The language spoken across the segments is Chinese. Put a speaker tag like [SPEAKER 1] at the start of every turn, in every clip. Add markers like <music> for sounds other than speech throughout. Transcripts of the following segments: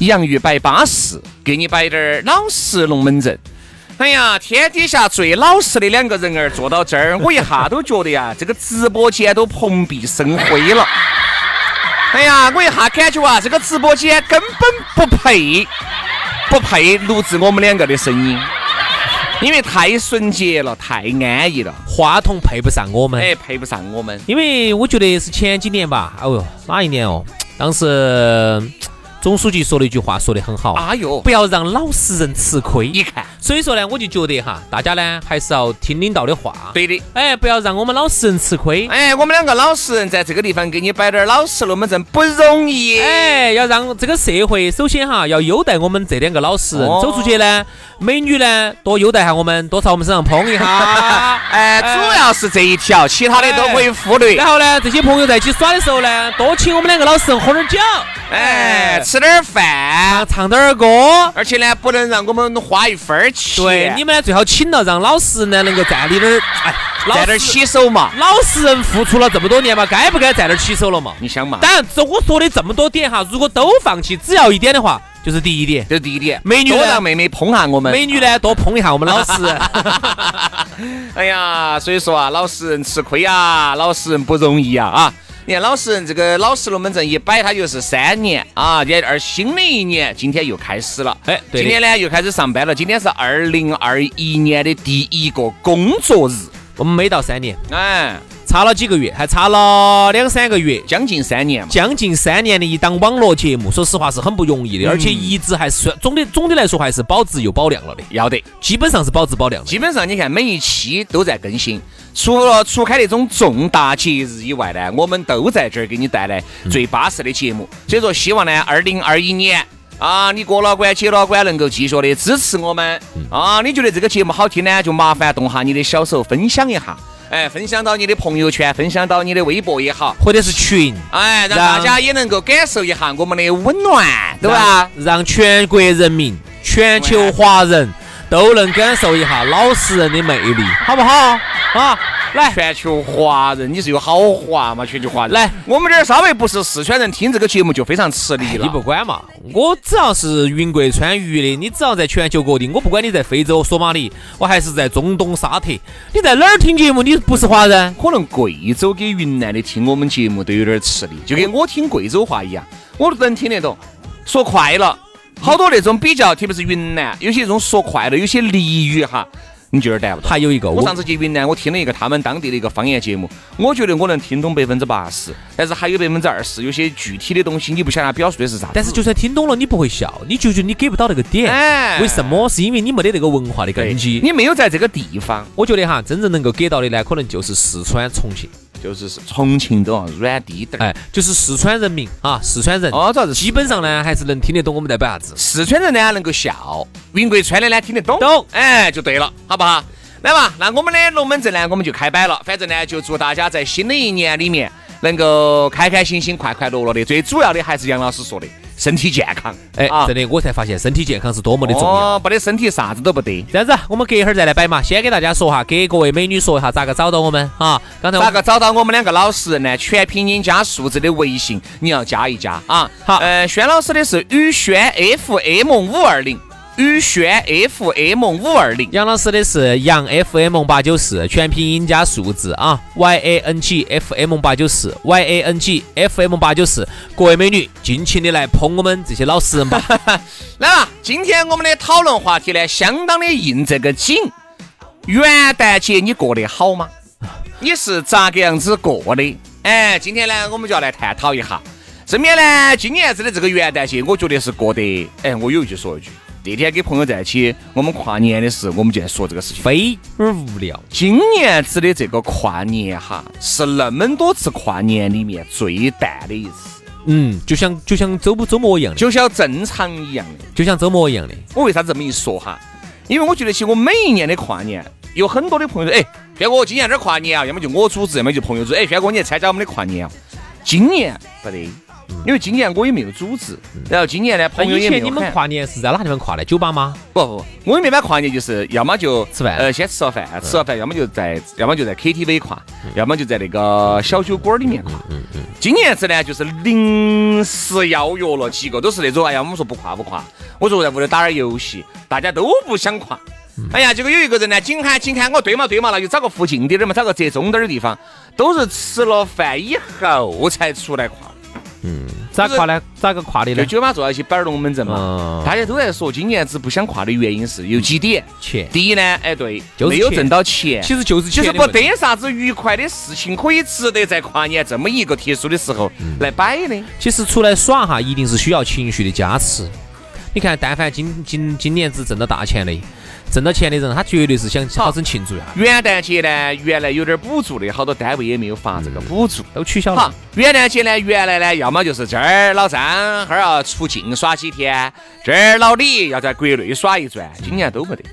[SPEAKER 1] 洋芋摆巴适，给你摆点儿老实龙门阵。哎呀，天底下最老实的两个人儿坐到这儿，我一下都觉得呀，这个直播间都蓬荜生辉了。哎呀，我一下感觉啊，这个直播间根本不配，不配录制我们两个的声音，因为太纯洁了，太安逸了，
[SPEAKER 2] 话筒配不上我们。
[SPEAKER 1] 哎，配不上我们。
[SPEAKER 2] 因为我觉得是前几年吧，哦哟，哪一年哦？当时嗯总书记说了一句话，说得很好，
[SPEAKER 1] 哎呦
[SPEAKER 2] 不，要让老实人吃亏。
[SPEAKER 1] 你看，
[SPEAKER 2] 所以说呢，我就觉得哈，大家呢还是要听领导的话。，
[SPEAKER 1] 对的。
[SPEAKER 2] 哎，不要让我们老实人吃亏。
[SPEAKER 1] 哎，我们两个老实人在这个地方给你摆点儿老实龙门阵不容易。
[SPEAKER 2] 哎，要让这个社会首先哈要优待我们这两个老实人，
[SPEAKER 1] 哦。
[SPEAKER 2] 走出去呢，美女呢多优待下我们，多朝我们身上捧一下
[SPEAKER 1] <laughs> 哎，主要是这一条，其他的都可以忽略
[SPEAKER 2] 然。后呢，这些朋友在一起耍的时候呢，多请我们两个老实人喝点儿酒，哎
[SPEAKER 1] 哎，吃点儿饭，
[SPEAKER 2] 唱点儿歌。
[SPEAKER 1] 而且呢，不能让我们花一分儿钱。
[SPEAKER 2] 对，你们呢最好请了，让老实人呢能够站立点儿，哎，老
[SPEAKER 1] 在这儿
[SPEAKER 2] 实
[SPEAKER 1] 洗手嘛。
[SPEAKER 2] 老实人付出了这么多年嘛，该不该站那儿起手了嘛？
[SPEAKER 1] 你想嘛，
[SPEAKER 2] 当然，这我说的这么多点哈，如果都放弃，只要一点的话，就是第一点，
[SPEAKER 1] 这是第一点。
[SPEAKER 2] 美女呢啊
[SPEAKER 1] 多让妹妹捧下我们。
[SPEAKER 2] 美女呢多碰一下我们
[SPEAKER 1] <laughs>
[SPEAKER 2] 老实人。
[SPEAKER 1] 哎呀，所以说啊，老实人吃亏啊，老实人不容易啊啊！你看老实人这个老实龙门阵一摆，它就是三年啊，也而新的一年今天又开始了。
[SPEAKER 2] 哎对的
[SPEAKER 1] 今天呢又开始上班了，今天是二零二一年的第一个工作日，
[SPEAKER 2] 我们没到三年，
[SPEAKER 1] 哎，
[SPEAKER 2] 差了几个月，还差了两三个月，
[SPEAKER 1] 将近三年嘛。
[SPEAKER 2] 将近三年的一档网络节目，说实话是很不容
[SPEAKER 1] 嗯
[SPEAKER 2] 易的，而且一直还是总的总的来说还是保质又保量了的，
[SPEAKER 1] 要得，
[SPEAKER 2] 基本上是保质保量的。
[SPEAKER 1] 基本上你看每一期都在更新，除了除开那种重大节日以外呢，我们都在这儿给你带来最巴适的节目。所以说，希望呢，二零二一年啊，你过了关、解了关，能够继续的支持我们啊。你觉得这个节目好听呢，就麻烦动下你的小手分享一下，哎，分享到你的朋友圈，分享到你的微博也好，
[SPEAKER 2] 或者是群，
[SPEAKER 1] 哎，让
[SPEAKER 2] 让
[SPEAKER 1] 大家也能够感受一下我们的温暖，对吧？
[SPEAKER 2] 让？让全国人民、全球华人都能感受一下老实人的魅力，好不好？啊，来，
[SPEAKER 1] 全球华人，你是有好华嘛？全球华人，
[SPEAKER 2] 来
[SPEAKER 1] 我们这儿稍微不是四川人，听这个节目就非常吃力了。
[SPEAKER 2] 哎你不管嘛，我只要是云贵川渝的，你只要在全球各地，我不管你在非洲索马里，我还是在中东沙特，你在哪儿听节目，你不是华人？
[SPEAKER 1] 可能贵州跟云南的听我们节目都有点吃力，就跟我听贵州话一样，我都能听得懂。说快了，好多那种比较，特别是云南，有些这种说快了，有些俚语哈，你就有点带不到。
[SPEAKER 2] 还有一个，
[SPEAKER 1] 我上次去云南，我听了一个他们当地的一个方言节目，我觉得我能听懂百分之八十，但是还有百分之二十，有些具体的东西你不晓得它表述的是啥子。
[SPEAKER 2] 但是就算听懂了，你不会笑，你就觉得你给不到那个点。
[SPEAKER 1] 哎
[SPEAKER 2] 为什么？是因为你没得那个文化的
[SPEAKER 1] 对
[SPEAKER 2] 根基。
[SPEAKER 1] 你没有在这个地方。
[SPEAKER 2] 我觉得哈，真正能够给到的呢，可能就是四川、重庆，
[SPEAKER 1] 就是重庆都要软滴点儿。
[SPEAKER 2] <laughs> 哎，就是四川人民啊，四川人。
[SPEAKER 1] 哦，主要是
[SPEAKER 2] 基本上呢，还是能听得懂我们在摆啥子。
[SPEAKER 1] 四川人呢能够笑，云贵川的呢听得懂，
[SPEAKER 2] 懂
[SPEAKER 1] 哎就对了，好不好？来嘛，那我们的龙门阵呢，我们就开摆了。反正呢，就祝大家在新的一年里面能够开开心心、快快乐乐的。最主要的还是杨老师说的，身体健康。
[SPEAKER 2] 哎，
[SPEAKER 1] 啊
[SPEAKER 2] 真的，我才发现身体健康是多么的重要。
[SPEAKER 1] 哦，没得身体啥子都不得。
[SPEAKER 2] 这样子，我们隔一会儿再来摆嘛。先给大家说哈，给各位美女说一下咋个找到我们啊？刚才我
[SPEAKER 1] 咋个找到我们两个老实人呢？全拼音加数字的微信，你要加一加啊。
[SPEAKER 2] 好
[SPEAKER 1] 呃，轩老师的是宇轩 FM 五二零，宇轩 FM 五二零。
[SPEAKER 2] 杨老师的是杨 FM 八九四，全拼音加数字啊，Y A N G F M 八九四，Y A N G F M 八九四。各位美女，尽情的来捧我们这些老
[SPEAKER 1] <laughs>
[SPEAKER 2] 实人吧。
[SPEAKER 1] 来吧，今天我们的讨论话题呢，相当的应这个景。元旦节你过得好吗？你是咋个样子过的？哎，今天呢，我们就要来探讨一下。身边呢，今年子的这个元旦节，我觉得是过得，哎，我有一句说一句。那天跟朋友在一起，我们跨年的时候，我们就在说这个事情。
[SPEAKER 2] 非而无聊，
[SPEAKER 1] 今年子的这个跨年哈，是那么多次跨年里面最淡的一次，
[SPEAKER 2] 嗯，就像就像周不周末一样的，
[SPEAKER 1] 就像正常一样的。
[SPEAKER 2] 就像周末一样的。
[SPEAKER 1] 我为啥子这么一说哈？因为我觉得，其实我每一年的跨年，有很多的朋友说，哎，轩哥，今年这儿跨年啊，要么就我组织，要么就朋友组。哎，轩哥，你来参加我们的跨年啊？今年不得，因为今年我也没有组织，然后今年呢，
[SPEAKER 2] 那
[SPEAKER 1] 朋友
[SPEAKER 2] 哎以
[SPEAKER 1] 也没
[SPEAKER 2] 前
[SPEAKER 1] 有
[SPEAKER 2] 你们
[SPEAKER 1] 喊。
[SPEAKER 2] 跨年是在哪地方跨的？酒吧吗？
[SPEAKER 1] 不不，不，我们一般跨年就是要么就
[SPEAKER 2] 吃饭嗯
[SPEAKER 1] 呃，先吃了饭，吃了饭，要么就在，要么就在 KTV 跨，要么就在那个小酒馆里面跨。
[SPEAKER 2] 嗯
[SPEAKER 1] 今年子呢，就是临时邀约了几个，都是那种哎呀，我们说不跨不跨，我说我在屋里打点游戏，大家都不想跨。
[SPEAKER 2] 嗯
[SPEAKER 1] 哎呀，结果有一个人呢，紧喊紧喊，我对嘛对嘛，那就找个附近点儿的嘛，找个折中点儿的地方，都是吃了饭以后才出来跨。
[SPEAKER 2] 咋跨呢？咋个跨的
[SPEAKER 1] 就
[SPEAKER 2] 呢？
[SPEAKER 1] 酒吧坐到一起摆龙门阵嘛
[SPEAKER 2] 嗯，
[SPEAKER 1] 大家都在说今年子不想跨的原因是有几点。
[SPEAKER 2] 钱，
[SPEAKER 1] 第一呢，哎对，
[SPEAKER 2] 就是
[SPEAKER 1] 没有
[SPEAKER 2] 钱
[SPEAKER 1] 挣到钱，
[SPEAKER 2] 其实就是
[SPEAKER 1] 其
[SPEAKER 2] 钱
[SPEAKER 1] 实
[SPEAKER 2] 的
[SPEAKER 1] 不
[SPEAKER 2] 问题
[SPEAKER 1] 得啥子愉快的事情可以值得在跨年这么一个特殊的时候
[SPEAKER 2] 嗯
[SPEAKER 1] 来摆的。
[SPEAKER 2] 其实出来耍哈，一定是需要情绪的加持。你看，但凡今今今年子挣到大钱的，挣到钱的人，他绝对是想好生庆祝一下，
[SPEAKER 1] 元旦节呢，原来有点补助的，好多单位也没有发这个
[SPEAKER 2] 嗯
[SPEAKER 1] 补助。
[SPEAKER 2] 都取消
[SPEAKER 1] 好
[SPEAKER 2] 了。，
[SPEAKER 1] 元旦节呢，原来呢，要么就是这儿老张哈儿要出境耍几天，这儿老李要在国内耍一转，今年都没得，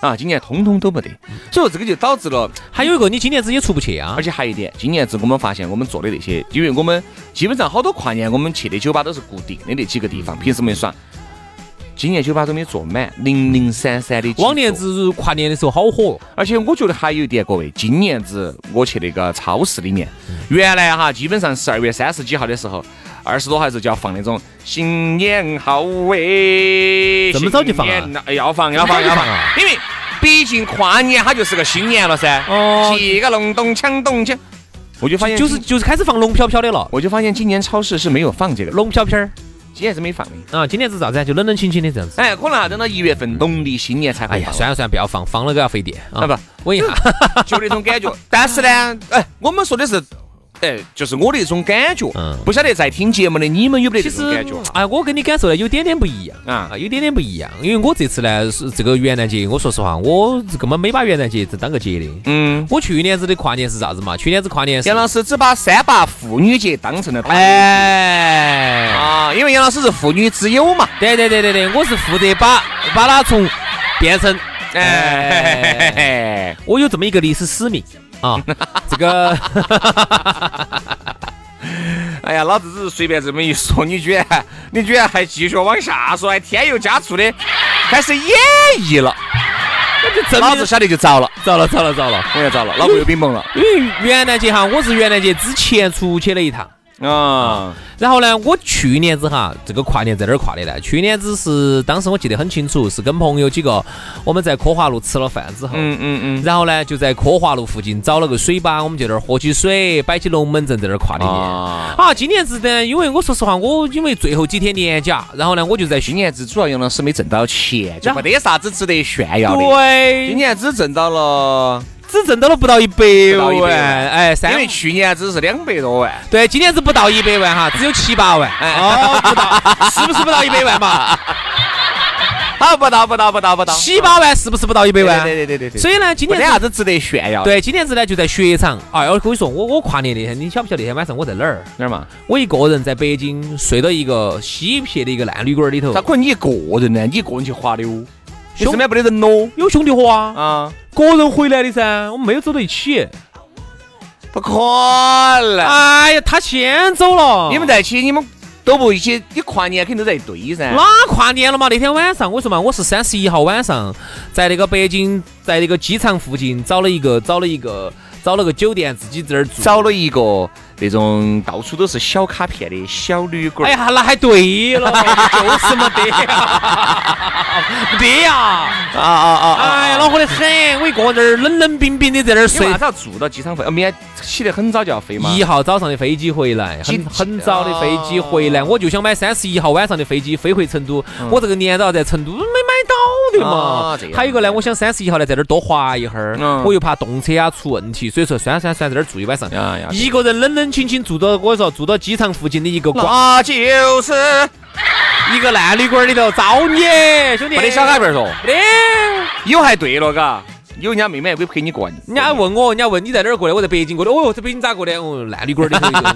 [SPEAKER 1] 啊，今年通通都没得，所以说这个就导致了
[SPEAKER 2] 还有一个，你今年子也出不去啊
[SPEAKER 1] 而。且还有一点，今年子我们发现我们做的那些，因为我们基本上好多跨年我们去的酒吧都是固定的那几个地方，平时没耍。今年酒吧都没坐满，零零散散的。
[SPEAKER 2] 往年，子跨年的时候好火，
[SPEAKER 1] 而且我觉得还有一点，各位，今年子我去那个超市里面，
[SPEAKER 2] 嗯
[SPEAKER 1] 原来哈，基本上十二月三十几号的时候，二十多号的时候就要放那种新年好哎，
[SPEAKER 2] 这么早就放啊
[SPEAKER 1] 新年了？哎要放要放要放
[SPEAKER 2] 这么早就放啊，
[SPEAKER 1] 因为毕竟跨年它就是个新年了噻。
[SPEAKER 2] 哦
[SPEAKER 1] 起个隆咚锵咚锵，我就发现
[SPEAKER 2] 就是就是开始放龙飘飘的了，
[SPEAKER 1] 我就发现今年超市是没有放这个，
[SPEAKER 2] 龙飘飘儿
[SPEAKER 1] 今年是没放的。
[SPEAKER 2] 啊。今年子咋子啊？就冷冷清清的这样子。
[SPEAKER 1] 哎，可能要等到一月份农历新年才
[SPEAKER 2] 哎
[SPEAKER 1] 会
[SPEAKER 2] 呀，
[SPEAKER 1] 放。
[SPEAKER 2] 算了算了，不要放，放了都要费电
[SPEAKER 1] 啊
[SPEAKER 2] 啊。
[SPEAKER 1] 不，
[SPEAKER 2] 稳一下，
[SPEAKER 1] 就那种感 <laughs> 觉。但是呢，哎，我们说的是，哎，就是我的一种感觉。
[SPEAKER 2] 嗯
[SPEAKER 1] 不晓得在听节目的你们有没
[SPEAKER 2] 其
[SPEAKER 1] 得这
[SPEAKER 2] 实
[SPEAKER 1] 种感觉？
[SPEAKER 2] 哎，我跟你感受呢有点点不一样
[SPEAKER 1] 啊
[SPEAKER 2] 啊，有点点不一样。因为我这次呢是这个元旦节，我说实话，我根本没把元旦节当个节的。
[SPEAKER 1] 嗯，
[SPEAKER 2] 我去年子的跨年是啥子嘛？去年子跨年是
[SPEAKER 1] 杨老师只把三八妇女节当成了跨年
[SPEAKER 2] 哎，
[SPEAKER 1] 啊，因为杨老师是妇女之友嘛。
[SPEAKER 2] 对对对对对，我是负责把把它从变成
[SPEAKER 1] 哎，嘿嘿
[SPEAKER 2] 哎，
[SPEAKER 1] 嘿
[SPEAKER 2] 我有这么一个历史使命啊，
[SPEAKER 1] <laughs>
[SPEAKER 2] 这个
[SPEAKER 1] 哎呀，老子只是随便这么一说，你居然你居然还继续往下说，还添油加醋的，开始演绎了。
[SPEAKER 2] 证
[SPEAKER 1] 老子
[SPEAKER 2] 明
[SPEAKER 1] 晓得就糟了，
[SPEAKER 2] <laughs> 糟了糟了糟了，
[SPEAKER 1] 我也糟了，脑壳有冰崩了。
[SPEAKER 2] 因为元旦节哈，我是元旦节之前出去了一趟。
[SPEAKER 1] 啊，
[SPEAKER 2] 然后呢，我去年子哈，这个跨年在哪儿跨的呢？去年子是当时我记得很清楚，是跟朋友几个我们在科华路吃了饭之后，
[SPEAKER 1] 嗯嗯嗯，
[SPEAKER 2] 然后呢就在科华路附近找了个水吧，我们就在那儿喝起水，摆起龙门阵在那儿跨的年。
[SPEAKER 1] 啊，
[SPEAKER 2] 啊，今年子呢，因为我说实话，我因为最后几天年假，然后呢我就在
[SPEAKER 1] 今
[SPEAKER 2] 训。
[SPEAKER 1] 年子主要杨老师没挣到钱，就
[SPEAKER 2] 然后
[SPEAKER 1] 没得啥子值得炫耀的。今
[SPEAKER 2] 对，
[SPEAKER 1] 年只挣到了，
[SPEAKER 2] 只挣到了不到一百
[SPEAKER 1] 到一百万
[SPEAKER 2] 万，哎，三
[SPEAKER 1] 因为去年只是两百多万，
[SPEAKER 2] 对，今年子不到一百万哈，只有七八万，哦，不到，是不是不到一百万嘛？
[SPEAKER 1] 啊，不到不到不到不到，
[SPEAKER 2] 七八万是不是不到一百万？
[SPEAKER 1] 对对对对对对，
[SPEAKER 2] 所以呢，今
[SPEAKER 1] 没
[SPEAKER 2] 年
[SPEAKER 1] 得
[SPEAKER 2] 子
[SPEAKER 1] 啥子值得炫耀。，
[SPEAKER 2] 对，今年子呢就在雪场。哎，我跟你说，我我跨年那天，你晓不晓得那天晚上我在哪儿？
[SPEAKER 1] 哪儿嘛？
[SPEAKER 2] 我一个人在北京睡到一个西撇的一个烂旅馆里头
[SPEAKER 1] 咋，可能你一个人呢？你一个人去滑溜，你
[SPEAKER 2] 兄
[SPEAKER 1] 身边没得人咯？
[SPEAKER 2] 有兄弟伙啊，
[SPEAKER 1] 啊，
[SPEAKER 2] 个人回来的噻，我们没有走到一起。
[SPEAKER 1] 不可能！
[SPEAKER 2] 哎呀，他先走了，
[SPEAKER 1] 你们在一起，你们都不一起，你跨年肯定都在一堆噻。
[SPEAKER 2] 哪跨年了嘛？那天晚上我说嘛，我是三十一号晚上在那个北京，在那个机场附近找了一个找了一个找了个酒店，自己在那儿住。
[SPEAKER 1] 找了一个那种到处都是小卡片的小旅馆。
[SPEAKER 2] 哎呀，那还
[SPEAKER 1] <laughs>
[SPEAKER 2] 对了，哎就是没得呀，没得呀，
[SPEAKER 1] 啊啊啊！
[SPEAKER 2] 哎呀，恼火得很，我一个人儿冷冷冰冰的在那儿
[SPEAKER 1] 因为
[SPEAKER 2] 睡
[SPEAKER 1] 啥。子要住到机场飞？哦，明天起得很早就要飞嘛。
[SPEAKER 2] 一号早上的飞机回来，
[SPEAKER 1] 几
[SPEAKER 2] 很很早的飞机回来，
[SPEAKER 1] 哦嗯
[SPEAKER 2] 我就想买三十一号晚上的飞机飞回成都。我这个年都要在成都没买到的嘛
[SPEAKER 1] 啊这。样
[SPEAKER 2] 还有一个呢，我想三十一号呢在这儿多滑一会儿
[SPEAKER 1] 嗯，
[SPEAKER 2] 我又怕动车啊出问题，所以说算了算了算了在这儿住一晚上
[SPEAKER 1] 呀呀，
[SPEAKER 2] 一个人冷冷清清住到我说住到机场附近的一个瓜
[SPEAKER 1] 那就是
[SPEAKER 2] 一个烂旅馆里头，造你兄弟！
[SPEAKER 1] 没得小卡片嗦，
[SPEAKER 2] 没得。
[SPEAKER 1] 有还对了，嘎，有人家妹妹还可以陪你过完。
[SPEAKER 2] 人家问我，人家问你在哪儿过的？我在北京过的。哦哟，在北京咋过的？哦，烂旅馆
[SPEAKER 1] <laughs>
[SPEAKER 2] 里头一个，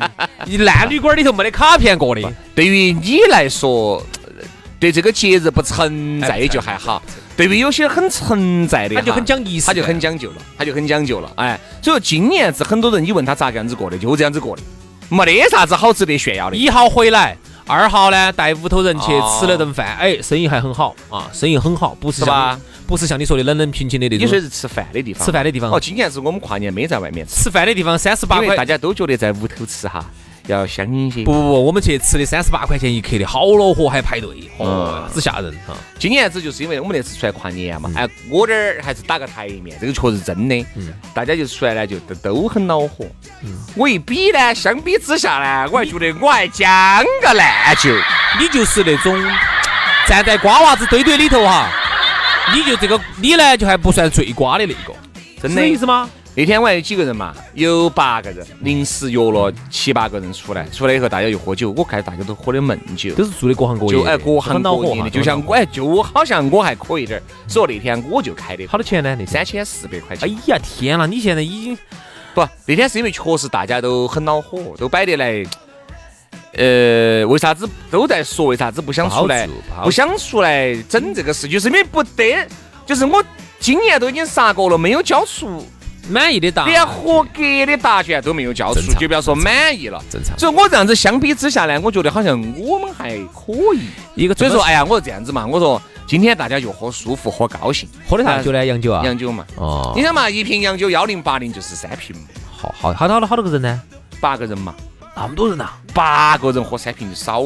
[SPEAKER 2] 嗯烂旅馆里头没得卡片过的。
[SPEAKER 1] 对于你来说，呃对这个节日不存在就还好；哎对于有些很存在的哈，
[SPEAKER 2] 他就很讲仪式
[SPEAKER 1] 他
[SPEAKER 2] 感
[SPEAKER 1] 就很讲究了，他就很讲究了。哎，所以说今年子很多人，你问他咋个样子过的，就这样子过的，没得啥子好值得炫耀的。
[SPEAKER 2] 一号回来，二号呢带屋头人去
[SPEAKER 1] 哦
[SPEAKER 2] 吃了顿饭，哎，生意还很好啊，生意很好，不是
[SPEAKER 1] 是吧
[SPEAKER 2] 像不是像你说的冷冷平清的那
[SPEAKER 1] 你说
[SPEAKER 2] 种。
[SPEAKER 1] 是吃饭的地方，
[SPEAKER 2] 吃饭的地方
[SPEAKER 1] 哦，今年是我们跨年没在外面吃，
[SPEAKER 2] 吃饭的地方三十八
[SPEAKER 1] 因为大
[SPEAKER 2] 块，
[SPEAKER 1] 家都觉得在屋头吃哈要香一些。
[SPEAKER 2] 不不不，我们去吃的三十八块钱一克的，好恼火，还排队，哦，
[SPEAKER 1] 嗯
[SPEAKER 2] 之吓人啊！
[SPEAKER 1] 今年子就是因为我们那次出来跨年
[SPEAKER 2] 嗯
[SPEAKER 1] 嘛，哎，我这儿还是打个台面，这个确实真的。大家就出来呢，就都都很恼火。
[SPEAKER 2] 嗯
[SPEAKER 1] 我一比呢，相比之下呢，我还觉得我还将个烂酒。
[SPEAKER 2] 你就是那种站在瓜娃子堆堆里头哈，你就这个你呢就还不算最瓜的那个，
[SPEAKER 1] 真
[SPEAKER 2] 是这意思
[SPEAKER 1] 的。
[SPEAKER 2] 吗？
[SPEAKER 1] 那天我还有几个人嘛？有八个人，临时约了七八个人出来，出来以后大家又喝酒，我看大家都喝的闷酒。
[SPEAKER 2] 都是做的各行各业
[SPEAKER 1] 就
[SPEAKER 2] 的，
[SPEAKER 1] 哎，各行
[SPEAKER 2] 很恼
[SPEAKER 1] 各
[SPEAKER 2] 火
[SPEAKER 1] 业
[SPEAKER 2] 哈
[SPEAKER 1] 的，就像我哎，就我好像我还可以点儿，所以那天我就开的
[SPEAKER 2] 好多钱呢？那天
[SPEAKER 1] 三千四百块钱
[SPEAKER 2] 哎。呀天啦！你现在已经
[SPEAKER 1] 不，那天是因为确实大家都很恼火，都摆得来。呃，为啥子都在说？为啥子不想出来
[SPEAKER 2] 不好做不好？做
[SPEAKER 1] 不想出来整这个事，就是因为不得，就是我今年都已经杀过了，没有交出，
[SPEAKER 2] 满意的答案
[SPEAKER 1] 连合格的答卷都没有交出
[SPEAKER 2] 啊正，常
[SPEAKER 1] 就不要说满意了。
[SPEAKER 2] 正常
[SPEAKER 1] 所以我这样子相比之下呢，我觉得好像我们还可以。
[SPEAKER 2] 一个
[SPEAKER 1] 所
[SPEAKER 2] 这
[SPEAKER 1] 以
[SPEAKER 2] 么，
[SPEAKER 1] 说，哎呀，我这样子嘛，我说今天大家就喝舒服，喝高兴，
[SPEAKER 2] 喝的啥酒呢？洋酒啊？
[SPEAKER 1] 洋酒嘛。
[SPEAKER 2] 哦
[SPEAKER 1] 哎你，想嘛，一瓶洋酒幺零八零就是三瓶嘛，
[SPEAKER 2] 好好好多好多好多个人呢？
[SPEAKER 1] 八个人嘛。
[SPEAKER 2] 那么多人呐？
[SPEAKER 1] 八个人喝三瓶少，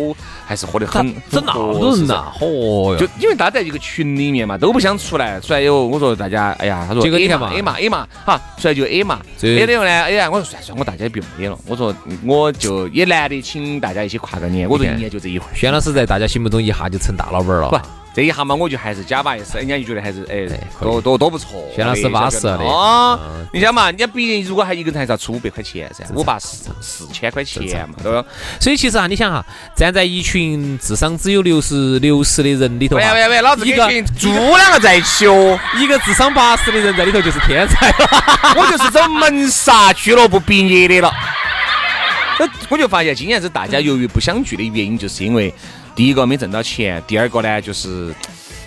[SPEAKER 1] 还是喝得
[SPEAKER 2] 咋
[SPEAKER 1] 很。
[SPEAKER 2] 整那么多人？呐？
[SPEAKER 1] 很合
[SPEAKER 2] 嚯
[SPEAKER 1] 适
[SPEAKER 2] 哦哟！
[SPEAKER 1] 就因为大家在一个群里面嘛，都不想出来。出来以后，我说大家，哎呀，他说
[SPEAKER 2] 结果
[SPEAKER 1] A
[SPEAKER 2] 你看
[SPEAKER 1] 嘛
[SPEAKER 2] 嘛
[SPEAKER 1] ，A 嘛，A 嘛，哈，出来就 A 嘛
[SPEAKER 2] 最
[SPEAKER 1] ，A 了以后呢，哎呀，我说算算，我大家别没了。我说我就也难得请大家一起跨个年，我说
[SPEAKER 2] 你
[SPEAKER 1] 一
[SPEAKER 2] 看
[SPEAKER 1] 年就这一回。
[SPEAKER 2] 轩老师在大家心目中一下就成大老板
[SPEAKER 1] 不
[SPEAKER 2] 了。，
[SPEAKER 1] 这一下嘛，我就还是假把意思，人家就觉得还是哎
[SPEAKER 2] 哎，可以
[SPEAKER 1] 多多多不错。
[SPEAKER 2] 轩老师巴适了的嗯
[SPEAKER 1] 啊！你想嘛，人家毕竟如果还一个人还是要出五百块钱噻，五八四四千块钱嘛，对吧？
[SPEAKER 2] 所以其实啊，你想哈，站在一群智商只有六十六十的人里头啊
[SPEAKER 1] 喂
[SPEAKER 2] 哈，
[SPEAKER 1] 喂喂，老子
[SPEAKER 2] 一
[SPEAKER 1] 跟
[SPEAKER 2] 个
[SPEAKER 1] 群
[SPEAKER 2] <laughs>
[SPEAKER 1] 猪两个在一起哦。
[SPEAKER 2] 一个智商八十的人在里头就是天才了。
[SPEAKER 1] <laughs> <laughs> 我就是走门萨俱乐部毕业的了。那我就发现今年子大家由于不相聚的原因，就是因为第一个没挣到钱，第二个呢就是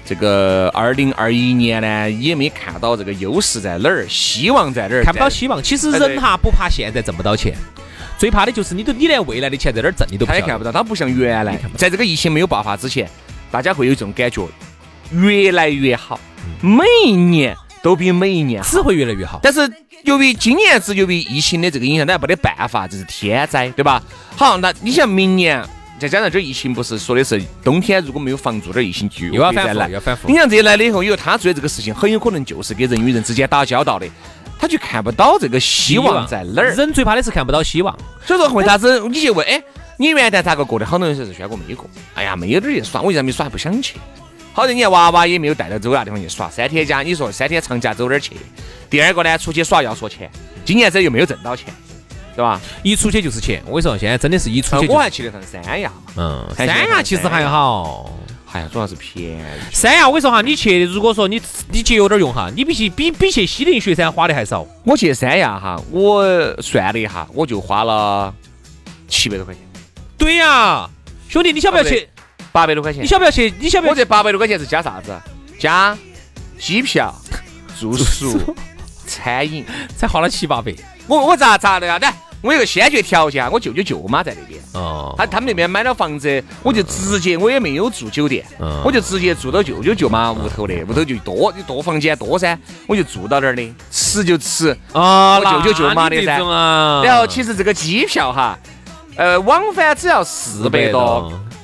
[SPEAKER 1] 这个二零二一年呢也没看到这个优势在哪儿，希望在哪儿，
[SPEAKER 2] 看不到
[SPEAKER 1] 在
[SPEAKER 2] 希望。其实
[SPEAKER 1] 哎对
[SPEAKER 2] 人哈不怕现在挣不到钱，最怕的就是你都你连未来的钱在哪儿挣你都不
[SPEAKER 1] 他也
[SPEAKER 2] 晓
[SPEAKER 1] 看不
[SPEAKER 2] 得。
[SPEAKER 1] 到，他不像原来，在这个疫情没有爆发之前，大家会有一种感觉，越来越好，每一年都比每一年好。
[SPEAKER 2] 只会越来越好。
[SPEAKER 1] 但是由于今年子由于疫情的这个影响，那没得办法，这是天灾，对吧？好，那你像明年，再加上这疫情，不是说的是冬天如果没有防住，这疫情就
[SPEAKER 2] 又要
[SPEAKER 1] 会再
[SPEAKER 2] 反复，
[SPEAKER 1] 来
[SPEAKER 2] 又。要反复
[SPEAKER 1] 你。像这来了以后，以后他做的这个事情，很有可能就是给人与人之间打交道的，他就看不到这个希望在哪儿。
[SPEAKER 2] 人最怕的是看不到希望。
[SPEAKER 1] 所以说为啥子你就问，哎，你元旦咋个过的？好多人说是轩哥没过，哎呀，没有点去耍，我现在没耍，不想去。好多人家娃娃也没有带到走那地方去耍，三天假，你说三天长假走哪儿去？第二个呢，出去耍要说钱，今年子又没有挣到钱，对吧？
[SPEAKER 2] 一出去就是钱，我跟你说，现在真的是一出
[SPEAKER 1] 我
[SPEAKER 2] 去就
[SPEAKER 1] 还去了趟三亚嘛，
[SPEAKER 2] 嗯，
[SPEAKER 1] 还
[SPEAKER 2] 三
[SPEAKER 1] 行
[SPEAKER 2] 亚其实还好。
[SPEAKER 1] 哎呀，主要是便宜。
[SPEAKER 2] 三啊亚我跟你说哈，你去如果说你你节约点用哈，你比起比比去西岭雪山花的还少。
[SPEAKER 1] 我去三亚哈，我算了一下，我就花了七百多块钱，
[SPEAKER 2] 对呀、兄弟，你晓不晓得
[SPEAKER 1] 哦对
[SPEAKER 2] 去？
[SPEAKER 1] 八百多块钱
[SPEAKER 2] 你。晓不晓得去？你晓不晓
[SPEAKER 1] 我
[SPEAKER 2] 得？
[SPEAKER 1] 这八百多块钱是加啥子？加机票、住宿、餐饮。
[SPEAKER 2] 才花了七八百。
[SPEAKER 1] 我我咋咋的呀？来，我有个先决条件啊，我舅舅舅妈在那边，
[SPEAKER 2] 哦，
[SPEAKER 1] 他他们那边买了房子，我就直接我也没有住酒店，
[SPEAKER 2] 嗯
[SPEAKER 1] 我就直接住到舅舅舅妈屋头的，屋头就多就多房间多噻，我就住到那儿的，吃就吃。
[SPEAKER 2] 啊，
[SPEAKER 1] 我舅舅舅妈
[SPEAKER 2] 那
[SPEAKER 1] 的
[SPEAKER 2] 你
[SPEAKER 1] 噻
[SPEAKER 2] 这种啊，
[SPEAKER 1] 然后其实这个机票哈，呃，往返只要四百多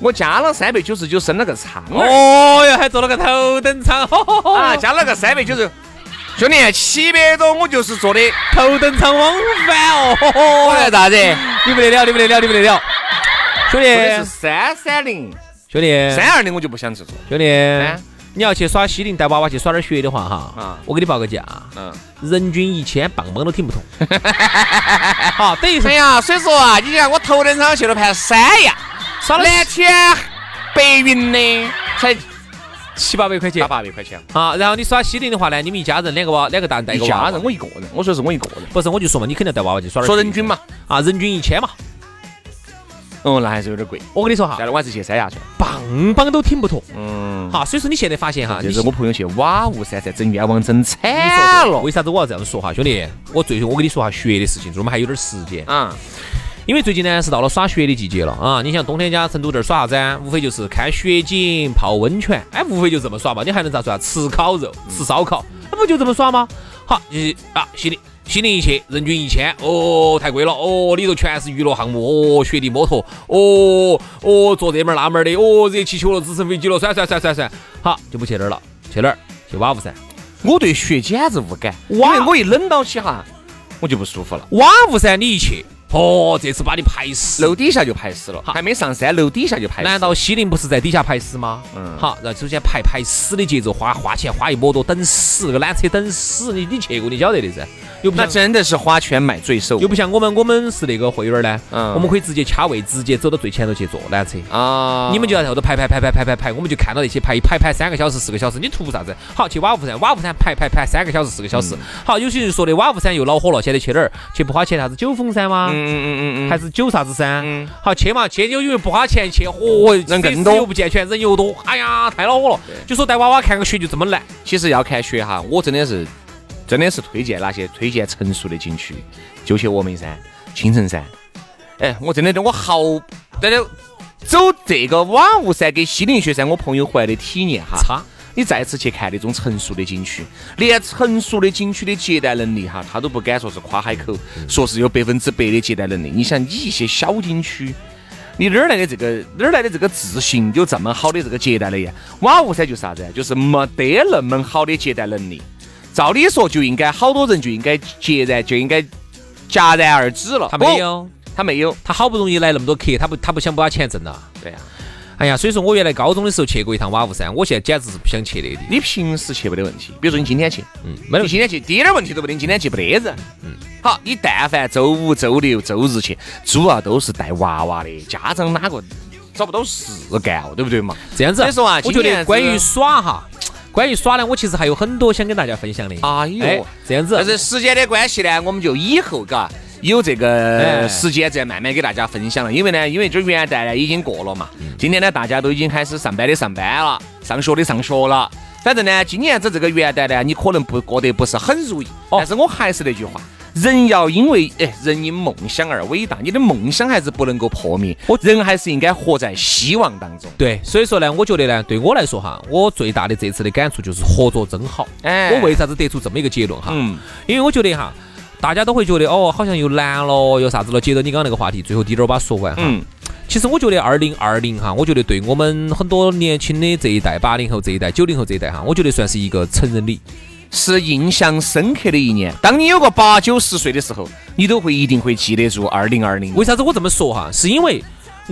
[SPEAKER 2] 400，
[SPEAKER 1] 我加了三百九十九，升了个舱儿
[SPEAKER 2] 哦哟，还坐了个头等舱，吼吼吼
[SPEAKER 1] 啊，加了个三百九十。兄弟，七百多我就是坐的，
[SPEAKER 2] 头等舱往返哦吼吼，
[SPEAKER 1] 我来啥子？
[SPEAKER 2] 你不得了，你不得了，你不得了，兄弟
[SPEAKER 1] 坐的是三三零，
[SPEAKER 2] 兄弟
[SPEAKER 1] 三二零我就不想去坐。
[SPEAKER 2] 兄弟
[SPEAKER 1] 哎，
[SPEAKER 2] 你要去耍西宁带娃娃去耍点雪的话哈
[SPEAKER 1] 啊，
[SPEAKER 2] 我给你报个价，
[SPEAKER 1] 嗯，
[SPEAKER 2] 人均一千，棒棒都听
[SPEAKER 1] <laughs>
[SPEAKER 2] 不懂。好，等于是
[SPEAKER 1] 哎呀，所以说啊，你看我头等舱去了盘三亚，
[SPEAKER 2] 耍了
[SPEAKER 1] 蓝天白云的，才
[SPEAKER 2] 七八百块钱
[SPEAKER 1] 八。八百块钱。
[SPEAKER 2] 啊，然后你耍西宁的话呢，你们一家人两个娃，两个大人带一
[SPEAKER 1] 一
[SPEAKER 2] 个娃
[SPEAKER 1] 家
[SPEAKER 2] 娃
[SPEAKER 1] 人，，我一个人，我说是我一个人。
[SPEAKER 2] 不是我就说嘛，你肯定要带娃娃去耍点
[SPEAKER 1] 说
[SPEAKER 2] 雪
[SPEAKER 1] 人均嘛，
[SPEAKER 2] 啊，人均一千嘛。
[SPEAKER 1] 哦，那还是有点贵。
[SPEAKER 2] 我跟你说哈
[SPEAKER 1] 啊下，来我还是去三亚去了。
[SPEAKER 2] 棒棒都听不懂。
[SPEAKER 1] 嗯，
[SPEAKER 2] 好，所以说你现在发现哈，
[SPEAKER 1] 这
[SPEAKER 2] 你
[SPEAKER 1] 是我朋友去瓦屋山寨整冤枉，整
[SPEAKER 2] 你
[SPEAKER 1] 惨
[SPEAKER 2] 说对
[SPEAKER 1] 了。
[SPEAKER 2] 为啥子我要这样说哈，兄弟？我最后我跟你说下学的事情，我们还有点时间，
[SPEAKER 1] 啊，
[SPEAKER 2] 因为最近呢是到了耍雪的季节了啊。你想冬天家成都这儿耍啥子啊？无非就是看雪景、泡温泉，哎，无非就这么耍嘛。你还能咋耍？吃烤肉、吃烧烤，那不就这么耍吗？好，就是啊，西宁西宁一去，人均一千，哦，太贵了，哦，里头全是娱乐项目，哦，雪地摩托，哦，哦，坐这门儿那门儿的，哦，热气球了，直升飞机了，算算算算算，好，就不去那儿了，去哪儿？去瓦屋山。
[SPEAKER 1] 我对雪简直无感，因为我一冷到起哈，我就不舒服了。
[SPEAKER 2] 瓦屋山你一去，哦，这次把你排死。
[SPEAKER 1] 楼底下就排死了，还没上山，楼底下就排死。
[SPEAKER 2] 难道西宁不是在底下排死吗？
[SPEAKER 1] 嗯
[SPEAKER 2] 好，然后首先排排死的节奏，花花钱花一摩多，等死那个缆车等死，你你去过你晓得的噻。又不
[SPEAKER 1] 那
[SPEAKER 2] 像
[SPEAKER 1] 真的是花拳买罪受啊
[SPEAKER 2] 又不像我们，我们是那个会员呢，
[SPEAKER 1] 嗯
[SPEAKER 2] 我们可以直接掐位，直接走到最前头去坐缆车。
[SPEAKER 1] 啊！
[SPEAKER 2] 你们就在后头排排排排排排排，我们就看到那些排一排排三个小时四个小时，你图啥子？好，去瓦屋山，瓦屋山排排排三个小时四个小时。
[SPEAKER 1] 嗯
[SPEAKER 2] 好，有些人说的瓦屋山又恼火了，现在去哪儿？去不花钱啥子九峰山吗？
[SPEAKER 1] 嗯嗯嗯嗯嗯，
[SPEAKER 2] 还是酒啥子噻？
[SPEAKER 1] 嗯
[SPEAKER 2] 好去嘛，去就因为不花钱去，嚯、
[SPEAKER 1] 人更
[SPEAKER 2] 设施
[SPEAKER 1] 多
[SPEAKER 2] 又不健全，人又多，哎呀，太恼火了。就说带娃娃看个雪就这么难，
[SPEAKER 1] 其实要看雪哈，我真的是真的是推荐哪些推荐成熟的景区，就去峨眉山、青城山。哎，我真的我好真的走这个瓦屋山跟西岭雪山，我朋友回来的体验哈。
[SPEAKER 2] 差。
[SPEAKER 1] 你再次去看那种成熟的景区，连成熟的景区的接待能力哈，他都不敢说是夸海
[SPEAKER 2] 嗯
[SPEAKER 1] 口，说是有百分之百的接待能力。你想，你一些小景区，你哪儿来的这个哪儿来的这个自信有这么好的这个接待的呀？瓦屋山就是啥子啊？就是没得那么好的接待能力。照理说就应该好多人就应该截然就应该戛然而止了，
[SPEAKER 2] 他没
[SPEAKER 1] 哦，
[SPEAKER 2] 有，
[SPEAKER 1] 他没有，
[SPEAKER 2] 他好不容易来那么多客，他不他不想把钱挣了。
[SPEAKER 1] 对啊呀、
[SPEAKER 2] 哎呀，所以说我原来高中的时候去过一趟瓦屋山，我现在简直是不想去那的。
[SPEAKER 1] 你平时去没得问题，比如说你今天去，
[SPEAKER 2] 嗯，没
[SPEAKER 1] 你
[SPEAKER 2] 得
[SPEAKER 1] 今天去，第一点问题都没得，你今天去不得人。好，你但凡周五、周六、周日去，主要都是带娃娃的，家长哪个找不到事干哦，对不对嘛？
[SPEAKER 2] 这样子。
[SPEAKER 1] 所以说啊
[SPEAKER 2] 我
[SPEAKER 1] 今
[SPEAKER 2] 觉
[SPEAKER 1] 年
[SPEAKER 2] 得关于
[SPEAKER 1] 是
[SPEAKER 2] 耍哈，关于耍呢，我其实还有很多想跟大家分享的。
[SPEAKER 1] 哎呦
[SPEAKER 2] 哎，这样子
[SPEAKER 1] 但，是时间的关系呢，我们就以后嘎。有这个
[SPEAKER 2] 哎
[SPEAKER 1] 时间再慢慢给大家分享了，因为呢，因为这元旦呢已经过了嘛，
[SPEAKER 2] 嗯
[SPEAKER 1] 今天呢大家都已经开始上班的上班了，上学的上学了，反正呢，今年子这个元旦呢，你可能不过得不是很如意，
[SPEAKER 2] 哦
[SPEAKER 1] 但是我还是那句话，人要因为哎，人因梦想而伟大，你的梦想还是不能够破灭，人还是应该活在希望当中。
[SPEAKER 2] 对，所以说呢，我觉得呢，对我来说哈，我最大的这次的感触就是合作真好。
[SPEAKER 1] 哎
[SPEAKER 2] 我为啥子得出这么一个结论哈？
[SPEAKER 1] 嗯，
[SPEAKER 2] 因为我觉得哈，大家都会觉得哦，好像又难了，又啥子了。接着你刚刚那个话题，最后滴点儿把它说完哈。
[SPEAKER 1] 嗯，
[SPEAKER 2] 其实我觉得二零二零哈，我觉得对我们很多年轻的这一代，八零后这一代，九零后这一代哈，我觉得算是一个成人礼。
[SPEAKER 1] 是印象深刻的一年。当你有个八九十岁的时候，你都会一定会记得住二零二零。
[SPEAKER 2] 为啥子我这么说哈？是因为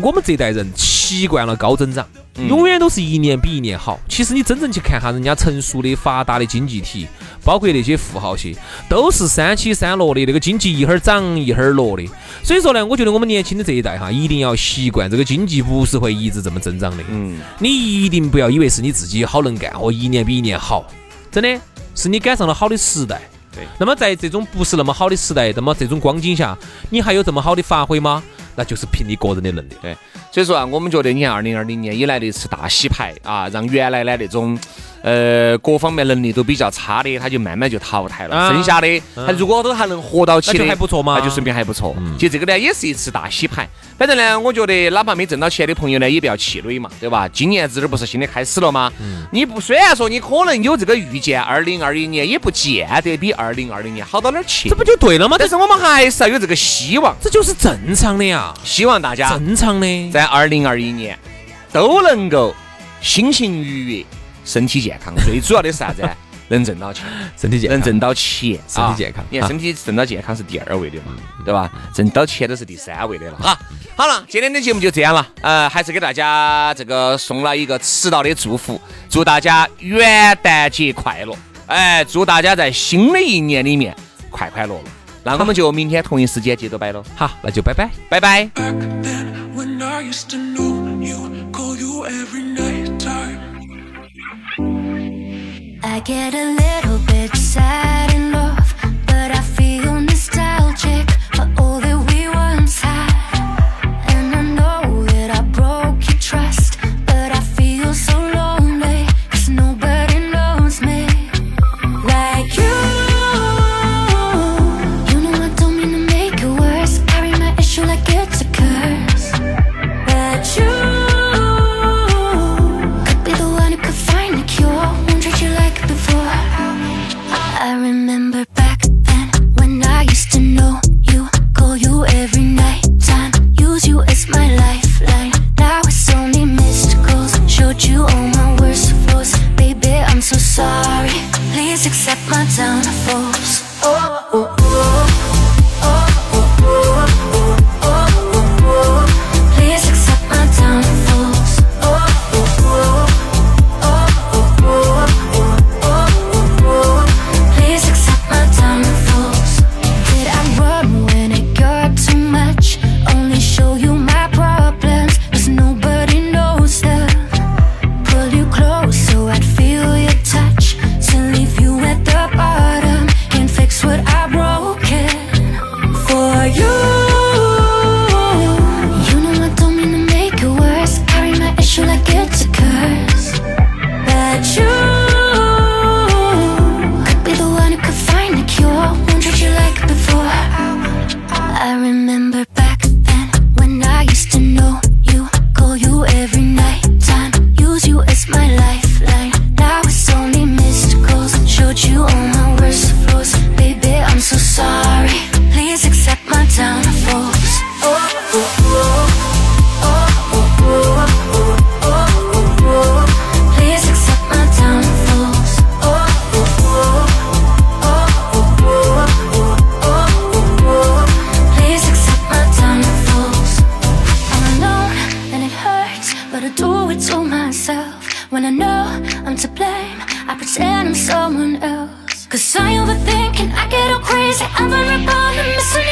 [SPEAKER 2] 我们这一代人习惯了高增长，永远都是一年比一年好。其实你真正去看哈，人家成熟的、发达的经济体，包括那些富豪些，都是三起三落的，那个经济一会儿涨一会儿落的。所以说呢，我觉得我们年轻的这一代哈，一定要习惯这个经济不是会一直这么增长的。
[SPEAKER 1] 嗯，
[SPEAKER 2] 你一定不要以为是你自己好能干哦，一年比一年好，真的是你赶上了好的时代。
[SPEAKER 1] 对
[SPEAKER 2] 那么在这种不是那么好的时代，那么这种光景下，你还有这么好的发挥吗？那就是凭你个人的能力。
[SPEAKER 1] 对。所以说啊，我们觉得你看二零二零年以来的一次大洗牌啊，让原来的那种呃各方面能力都比较差的，他就慢慢就淘汰了。
[SPEAKER 2] 啊
[SPEAKER 1] 剩下的他如果都还能活到起的，
[SPEAKER 2] 那就还不错嘛嗯
[SPEAKER 1] 那就顺便还不错。其实这个呢也是一次大洗牌。反正呢，我觉得哪怕没挣到钱的朋友呢，也不要气馁嘛，对吧？今年子这不是新的开始了吗？
[SPEAKER 2] 嗯
[SPEAKER 1] 你不虽然说你可能有这个预见，二零二一年也不见得比二零二零年好到哪儿去
[SPEAKER 2] 这。不就对了吗？
[SPEAKER 1] 但
[SPEAKER 2] 这
[SPEAKER 1] 是我们还是要有这个希望，
[SPEAKER 2] 这就是正常的呀，
[SPEAKER 1] 希望大家
[SPEAKER 2] 正常的。
[SPEAKER 1] 在二零二一年都能够心情愉悦、身体健康，
[SPEAKER 2] <laughs>
[SPEAKER 1] 最主要的是啥子？能挣到钱，
[SPEAKER 2] 身 <laughs> 体健
[SPEAKER 1] 能
[SPEAKER 2] 康，
[SPEAKER 1] 挣到钱，
[SPEAKER 2] 身体健康
[SPEAKER 1] 啊你看
[SPEAKER 2] 啊嗯
[SPEAKER 1] 身体挣到健康是第二位的嘛，对吧？挣到钱都是第三位的了哈。好了，今天的节目就这样了，呃，还是给大家这个送了一个迟到的祝福，祝大家元旦节快乐，哎，祝大家在新的一年里面快快乐乐。那我们就明天同一时间接着摆喽，
[SPEAKER 2] 好，那就拜拜。
[SPEAKER 1] 拜拜。
[SPEAKER 3] then when I used to know you, call you every night time.
[SPEAKER 4] I get a little bit sad and off, but I feel nostalgic for all that we once had. And I know that I broke your trust, but I feel so lonely, cause nobody knows me. Like you, you know I don't mean to make it worse. Carry my issue like it's a curse. But you could be the one who could find a cure. Won't treat you like before. I remember back then when I used to know you. Call you every night time. Use you as my lifeline. Now it's only missed calls. Showed you all my worst flaws. Baby, I'm so sorry. Please accept my downfalls. Oh, oh, oh. Please accept my downfalls. Oh, oh, oh. Oh, oh, oh. Oh, oh, oh. Please accept my downfalls. Did I run when it got too much? Only show you my problems, 'cause nobody knows them pull you close so I'd feel your touch to leave you at the bottom and fix what I broke for you. You know I don't mean to make it worse. Carry my issue like it's a curse, but you could be the one who could find a cure. Won't treat you like before. I remember back then when I used to know you. Call you every night time. Use you as my lifeline. Now it's only missed calls. Showed you all my worst flaws. Baby, I'm so sorry. Please accept my downfalls. Oh, oh, oh. Oh, oh, oh. Oh, oh, oh. Please accept my downfalls. Oh, oh, oh. Oh, oh, oh. Oh, oh, oh. Please accept my downfalls. I'm alone and it hurts, but I do it to myself. When I know I'm to blame, I pretend I'm someone else. Cause I overthink and I get all crazy. I'm vulnerable and missing